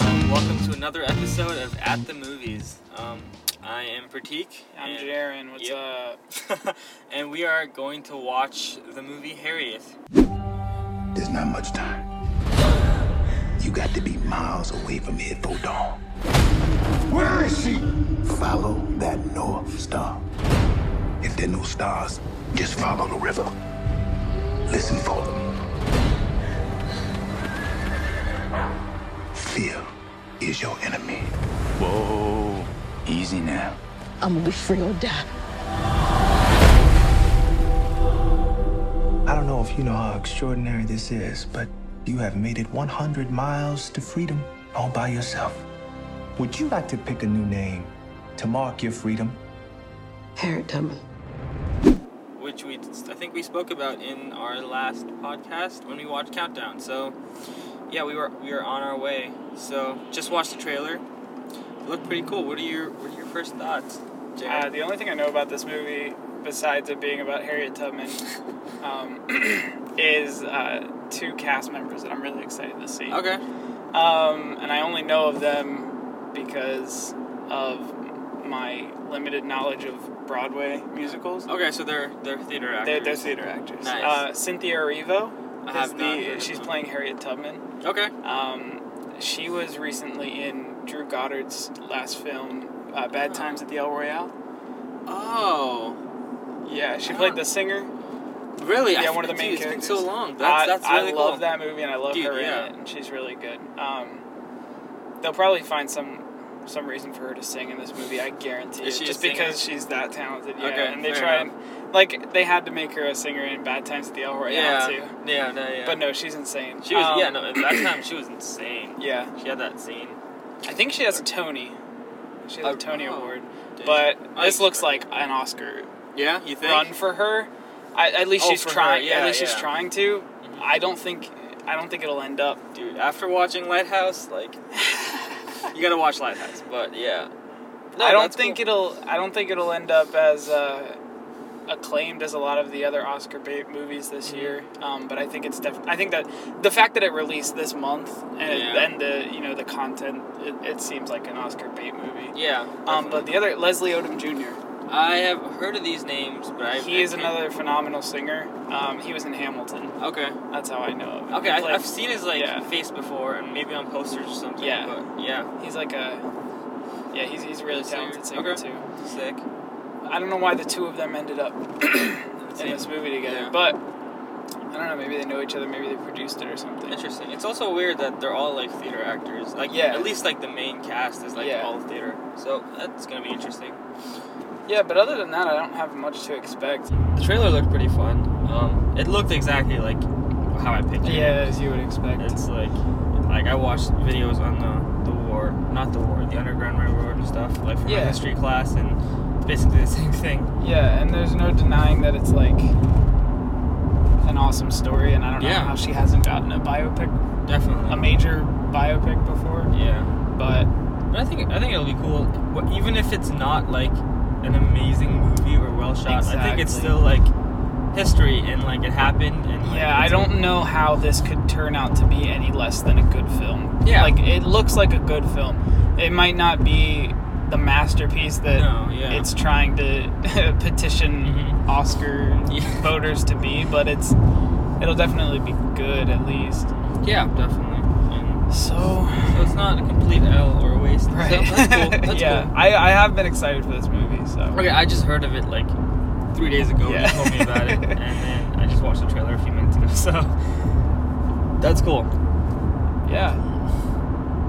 um, another episode of At the Movies. Um, I am Pratik. I'm and- Jaren. What's Yep. up? and we are going to watch the movie Harriet. There's not much time. You got to be miles away from here for dawn. Where is she? Follow that north star. If there are no stars, just follow the river. Listen for them. Fear is your enemy. Whoa. Easy now. I'm gonna be free or die. I don't know if you know how extraordinary this is, but you have made it 100 miles to freedom all by yourself. Would you like to pick a new name to mark your freedom? Harriet Tubman. which we I think we spoke about in our last podcast when we watched Countdown. So yeah, we were we were on our way. So just watched the trailer. It looked pretty cool. What are your what are your first thoughts? Uh, Jared? the only thing I know about this movie, besides it being about Harriet Tubman, um, is uh, two cast members that I'm really excited to see. okay. Um, and I only know of them because of my limited knowledge of Broadway musicals. Okay, so they're they're theater actors. They're, they're theater actors. Nice. Uh, Cynthia Erivo I is have not heard the of she's them. playing Harriet Tubman. Okay. Um, she was recently in Drew Goddard's last film, uh, Bad Times at the El Royale. Oh, Yeah, she played the singer. really? yeah, I've one of the been main confused. characters. It's been so long. That's, that's I, really I cool. love that movie, and I love Dude, her yeah. in it, and she's really good. Um, they'll probably find some some reason for her to sing in this movie. I guarantee Is it, she a just singer? because she's that talented. Yeah, Okay, and they fair try enough. and like they had to make her a singer in Bad Times at the El Royale Yeah. too. Yeah. No, yeah. But no, she's insane. She was Um, yeah no at that time she was insane. yeah. She had that scene. I think she has a Tony. She has Oh, a Tony oh. Award. Dang. But I this looks like expect- an Oscar Yeah. You think? run for her. I, at least Oh, she's for her, trying. yeah, at least she's yeah. Mm-hmm. trying to. I don't think. I don't think it'll end up. dude. After watching Lighthouse, like you gotta watch Lighthouse, but yeah. I don't think it'll. I don't think it'll end up as uh, acclaimed as a lot of the other Oscar bait movies this Mm-hmm. year. Um, but I think it's def- I think that the fact that it released this month and, it, Yeah. and the you know the content, it, it seems like an Oscar bait movie. Yeah. Um, but the other Leslie Odom Jr. I have heard of these names, but I He I is can't- another phenomenal singer. Um, he was in Hamilton. Okay. That's how I know. Him. Okay, He I, played- I've seen his like yeah. face before, and maybe on posters or something. Yeah. But yeah. He's like a. Yeah, he's, he's a really He's a singer. talented singer Okay. too. Sick. I don't know why the two of them ended up in Same. this movie together, Yeah. but I don't know. Maybe they know each other. Maybe they produced it or something. Interesting. It's also weird that they're all like theater actors. Like Yeah. At least like the main cast is like Yeah. all theater. So that's gonna be interesting. Yeah, but other than that, I don't have much to expect. The trailer looked pretty fun. Um, it looked exactly like how I pictured it. Yeah, as you would expect. It's like, like I watched videos on the, the war, not the war, the Underground Railroad and stuff, like from my Yeah. history class, and it's basically the same thing. yeah, and there's no denying that it's like an awesome story, and I don't Yeah. know how she hasn't gotten a biopic, Definitely. a major biopic before, yeah, but but I think I think it'll be cool, Wha- even if it's not like an amazing movie or well shot. I think it's Exactly. still like history and like it happened. And like, Yeah, I it's, don't know how this could turn out to be any less than a good film. Yeah. Like, it looks like a good film. It might not be the masterpiece that No, yeah. it's trying to petition Mhm. Oscar Yeah. voters to be, but it's it'll definitely be good at least. Like, yeah, definitely. And So, so it's not a complete L or a waste. So that's cool. That's yeah, cool. I, I have been excited for this movie, so. Okay, I just heard of it like three days ago. Yeah. You told me about it, and then I just watched the trailer a few minutes ago. So that's cool. Yeah.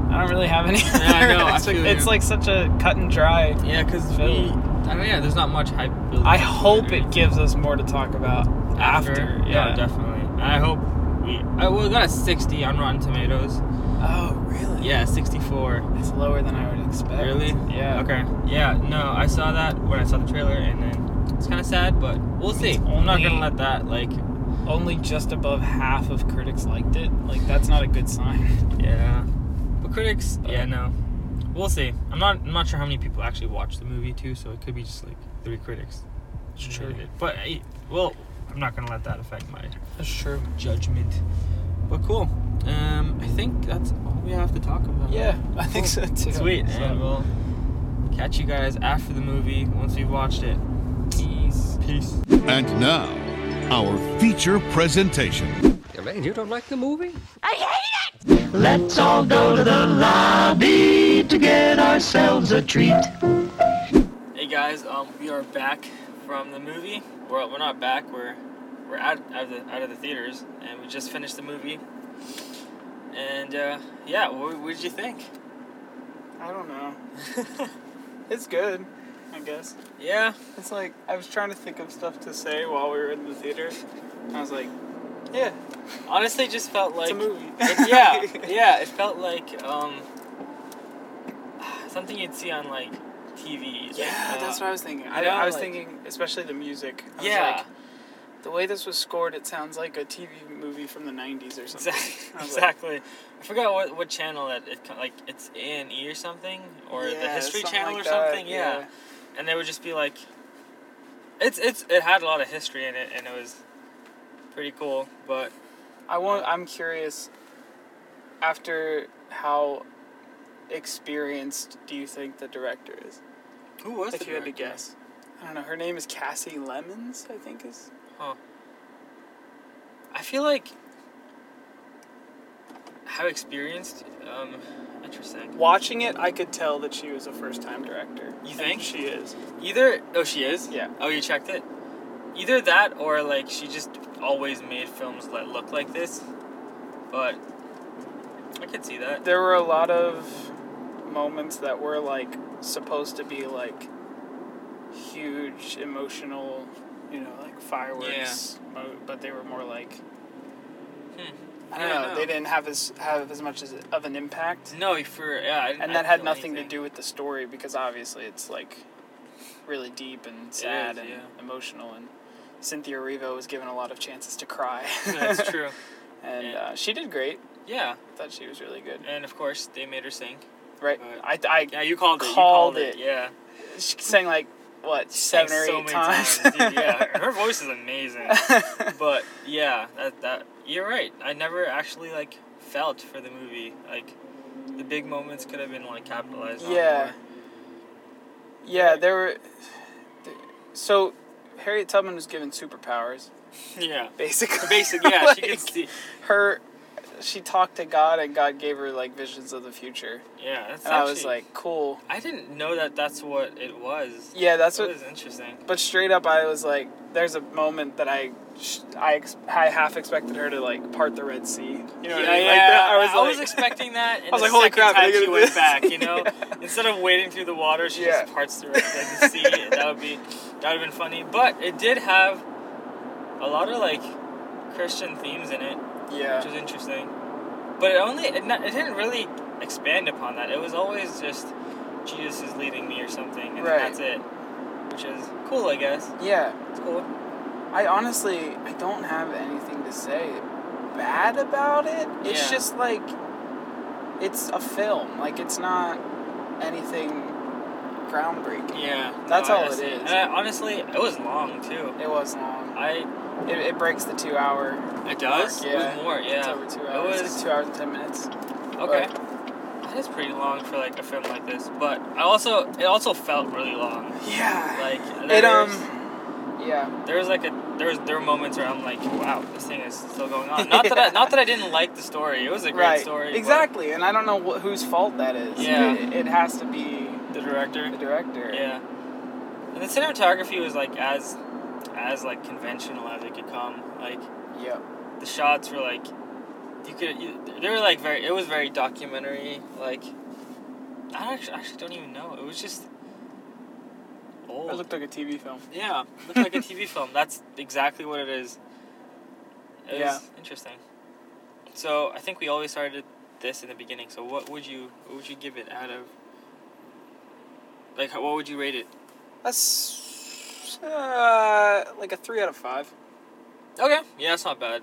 I don't really have any. Yeah, I know, I It's, feel it's you. like such a cut and dry. Yeah, because Phil. I mean, yeah, there's not much hype. built I up to hope or it anything. gives us more to talk about after. yeah. No, definitely. And I hope we. I, well, we got a 60 on Rotten Tomatoes. Oh, really? Yeah, 64. It's lower than I would expect. Really? Yeah. Okay. Yeah. No, I saw that when I saw the trailer, and then it's kind of sad, but we'll see. I'm not gonna only- let that like. Only just above half of critics liked it. Like that's not a good sign. Yeah. But critics, yeah, no. We'll see. I'm not. I'm not sure how many people actually watched the movie too, so it could be just like three critics. It's true. rated it. But hey, well, I'm not gonna let that affect my That's true. judgment. But cool. Um, I think that's all we have to talk about. Yeah, I think so too. Sweet. And we'll catch you guys after the movie once we've watched it. Peace. Peace. And now, our feature presentation. Elaine, you don't like the movie? Let's all go to the lobby to get ourselves a treat. Hey guys, um, we are back from the movie. Well, we're not back. We're we're out, out of the out of the theaters, and we just finished the movie. And uh, yeah, what, what did you think? I don't know. it's good, I guess. Yeah, It's like I was trying to think of stuff to say while we were in the theater. I was like, yeah, honestly, just felt like it's a movie. it- yeah, yeah. It felt like um, something you'd see on like TV. like, Yeah, uh, that's what I was thinking. I, you know, I was like- thinking, especially the music. I was Yeah, like, the way this was scored, it sounds like a TV movie from the '90s or something. exactly. I was like- exactly. I forgot what, what channel that it co- like it's A and E or something or the Yeah, History something Channel like or that, something. yeah. and they would just be like, it's it's it had a lot of history in it, and it was pretty cool. But I want. I'm curious. After how experienced do you think the director is? who was if you had to guess, I don't know. Her name is Cassie Lemons. I think is. I feel like how experienced. Um, interesting. Watching it, I could tell that she was a first-time director. You And think? she is? Either oh she is Yeah. oh you checked it. Either that or like she just always made films that look like this, but I could see that. there were a lot of moments that were like supposed to be like huge emotional you know like fireworks mo- but they were more like I don't Yeah, Hmm. I know. know. They didn't have as have as much as of an impact, No, for yeah, I didn't, and I that didn't had feel nothing anything. to do with the story because obviously it's like really deep and sad is, and yeah. emotional. And Cynthia Erivo was given a lot of chances to cry, That's true. and Yeah. uh, she did great. Yeah, I thought she was really good. and of course they made her sing. Right? I, But- I Yeah, you called it. you Called called it. it. Yeah. She sang like what seven or Like, eight so many times. dude, yeah, her voice is amazing. but yeah, that that you're right. I never actually like felt for the movie. Like the big moments could have been like capitalized on. yeah, more. yeah. There were so Harriet Tubman was given superpowers Yeah. basically. Basic. Yeah, she could Like, see. her. She talked to God, and God gave her like visions of the future. Yeah, that's And I was actually- like, cool. I didn't know that that's what it was. Yeah, that's That's what what. is interesting. But straight up, I was like, there's a moment that I. sh- I, ex- I half expected her to like part the Red Sea. You know what I mean? Like that, I was like, expecting that. And I was the like, holy second crap, are time they she gonna do went this? back, you know. Instead of wading through the water, she Yeah. just parts through it like the sea. and that would be that would have been funny. But it did have a lot of like Christian themes in it, which yeah, was interesting. But it only it, not, it didn't really expand upon that. It was always just Jesus is leading me or something, and Right. that's it. Which is cool, I guess. yeah. It's cool. I honestly, I don't have anything to say bad about it. It's Yeah. just like it's a film. Like it's not anything groundbreaking. Yeah, That's no, I all it see. is. And I, honestly, it was long too. It was long. I It, it breaks the two hour. It does? mark, It was yeah. more, yeah. It's over two It hours. It's was- like two hours and ten minutes. Okay. That is pretty long for like a film like this, but I also it also felt really long. Yeah. Like it um. there's- Yeah. there was like a there was there were moments where I'm like, wow, this thing is still going on. Not that I, not that I didn't like the story. It was a great Right. story. but exactly. And I don't know wh- whose fault that is. Yeah. It, it has to be The director. the director. Yeah. And the cinematography was like as as like conventional as it could come. Like Yep. the shots were like you could you, they were like very it was very documentary like I don't actually, actually don't even know it was just It old looked like a TV film. yeah looked like a TV film that's exactly what it is it Yeah. was interesting so I think we always started this in the beginning so what would you what would you give it out of like how- what would you rate it That's uh, like a three out of five okay yeah it's not bad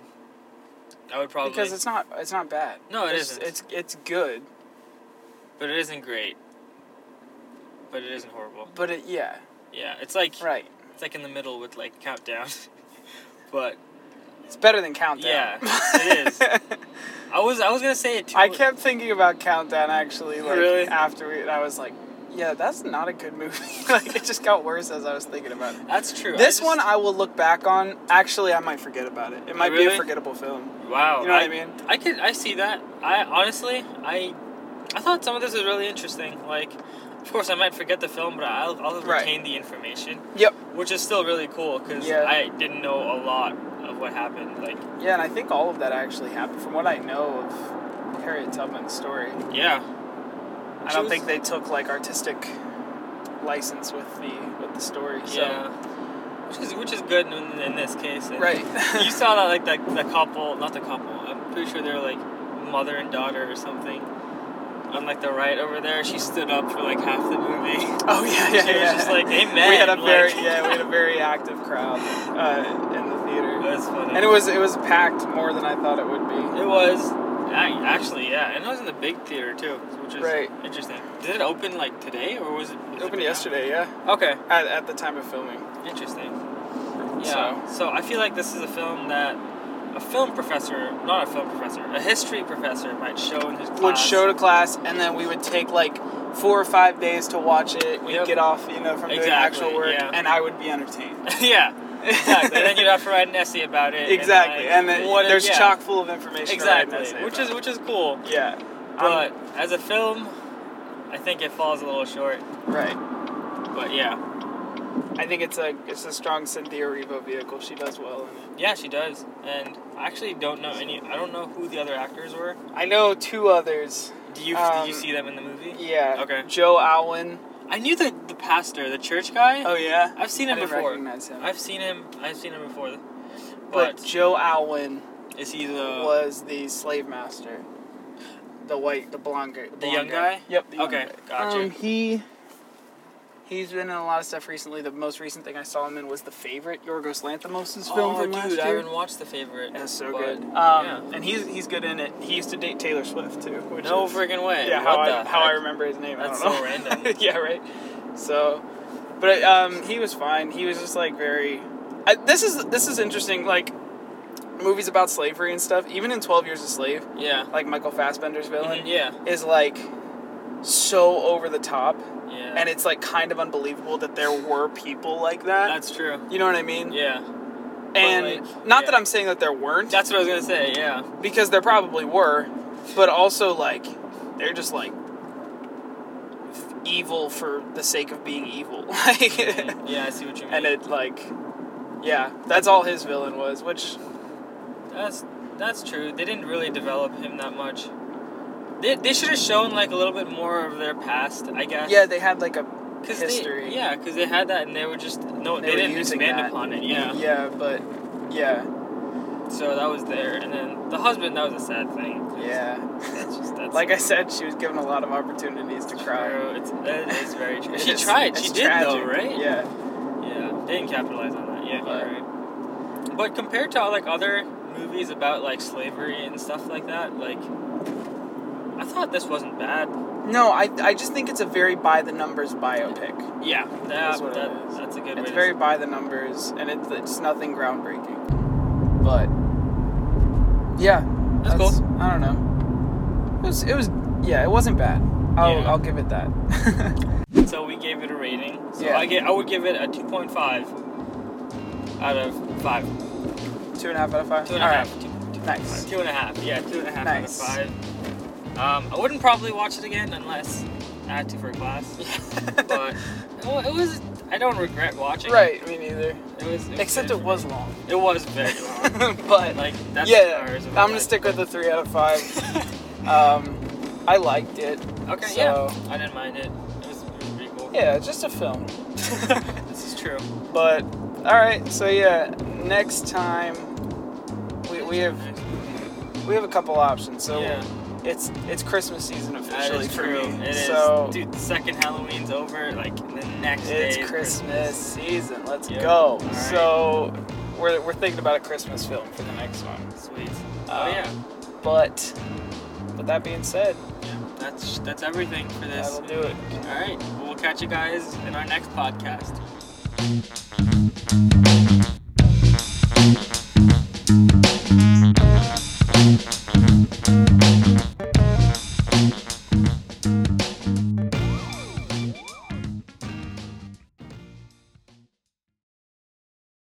I would probably because it's not it's not bad. No, it it's, isn't. It's it's good, but it isn't great but it isn't horrible but it yeah yeah it's like right. It's like in the middle with like countdown, but It's better than Countdown. Yeah, it is. I was I was gonna say it too. I kept thinking about Countdown actually, like Really? after we, and I was like, yeah, that's not a good movie. like it just got worse as I was thinking about it. That's true. I This just- one I will look back on. Actually, I might forget about it. It might be Really? a forgettable film. Wow. You know what I mean? I could I see that. I honestly I I thought some of this was really interesting. Like of course I might forget the film, but I'll I'll Right. retain the information, Yep. which is still really cool cuz Yeah. I didn't know a lot of what happened like Yeah, and I think all of that actually happened from what I know of Harriet Tubman's story. yeah. I don't think they took like artistic license with the with the story. So. Yeah. Which is, which is good in, in this case. And Right. you saw that like the, the couple, not the couple. I'm pretty sure they were like mother and daughter or something. On like the right over there, she stood up for like half the movie. Oh yeah, yeah, She was yeah. just like, "Amen," We had a like- very yeah, we had a very active crowd uh, in the theater. That's funny. And it was it was packed more than I thought it would be. It was a- actually yeah, and it was in the big theater too, which is Right. interesting. Did it open like today or was it? has It been out? opened yesterday, yeah. Okay, At, at the time of filming. interesting. Yeah. So. I feel like this is a film that a film professor, not a film professor, a history professor might show in his class. Would show to class and then we would take like four or five days to watch it. We'd Yep. get off, you know, from doing Exactly, actual work yeah. and I would be entertained. yeah. Exactly. and then you'd have to write an essay about it. and, exactly. like, And, then what it- there's yeah. chock full of information. to write an essay Exactly. Which about. is which is cool. Yeah. But as a film, I think it falls a little short. Right. But yeah. I think it's a it's a strong Cynthia Erivo vehicle. She does well in it. Yeah, she does. And I actually don't know any I don't know who the other actors were. I know two others. Do you Um, did you see them in the movie? Yeah. Okay. Joe Alwyn. I knew the the pastor, the church guy. Oh yeah. I've seen I him didn't before. recognize him. I've seen him. I've seen him before. but But, Joe Alwyn is he the was the slave master. The white, the blonde guy. The, blonde young guy? Yep. the young Okay, guy. gotcha. Um, he. He's been in a lot of stuff recently. The most recent thing I saw him in was the favorite Yorgos Lanthimos' film Oh, from dude, last year. I haven't watched the favorite. That's so but, good. Um, yeah. And he's he's good in it. He used to date Taylor Swift too. Which No is, freaking way. Yeah, What how I the how I heck? remember his name. That's I don't so know. random. yeah, right. So, but um, he was fine. He was just like very. I, this is this is interesting. Like movies about slavery and stuff. Even in Twelve Years a Slave, Yeah. like Michael Fassbender's Mhm, villain, yeah. is like so over the top, Yeah. and it's like kind of unbelievable that there were people like that. That's true. you know what I mean? Yeah. and like, not that yeah. I'm saying that there weren't That's what I was gonna say. Yeah. because there probably were, but also like they're just like evil for the sake of being evil. Like Yeah, I see what you mean. and it like yeah, that's all his villain was, which That's that's true. They didn't really develop him that much. They, they should have shown like a little bit more of their past, I guess. yeah, they had like a 'Cause they- history. yeah, because they had that, and they were just no, They they, were didn't using expand that. upon it. Yeah. Yeah, but yeah. So that was there, and then the husband. That was a sad thing. Yeah. That's just that's Like I said, she was given a lot of opportunities to cry. true. It's that is very true. she It's- tried. She it's did though, tragic. right? Yeah. Yeah, they didn't capitalize on that. Yeah, But- you're right. But compared to like other movies about like slavery and stuff like that, like I thought this wasn't bad. No, I, I just think it's a very by the numbers biopic. Yeah, that, That's what it that- is. that's a good. way It's to very s- by the numbers, and it's, it's nothing groundbreaking. But yeah, That's cool. I don't know. It was, it was, yeah, it wasn't bad. I'll, Yeah. I'll give it that. So we gave it a rating. So Yeah. I get I would give it a two point five out of five. Two and a half out of five. Two and a All half. right. Two- Nice. Two and a half. Yeah, two and a half Nice. out of five. Um, I wouldn't probably watch it again unless I had to for class. but well, it was. I don't regret watching. it. Right, me neither. It was. was Except good it for was me. long. It was very long. but Like, that's yeah, ours I'm of gonna like- stick with the three out of five. um, I liked it. okay, so, yeah. I didn't mind it. It was, it was pretty cool. Yeah, just a film. This is true. But all right, so yeah, next time we, we have we have a couple options. So Yeah. it's it's Christmas season That officially is for true. me. It is. so Dude, the second Halloween's over. Like, the next day. it's is Christmas, season. Let's Yep. go. All right. So we're we're thinking about a Christmas film for the next one. Sweet. Um, oh, yeah. But with that being said, yeah. That's, that's everything for this. that'll do it. All right. Well, we'll catch you guys in our next podcast. Bye.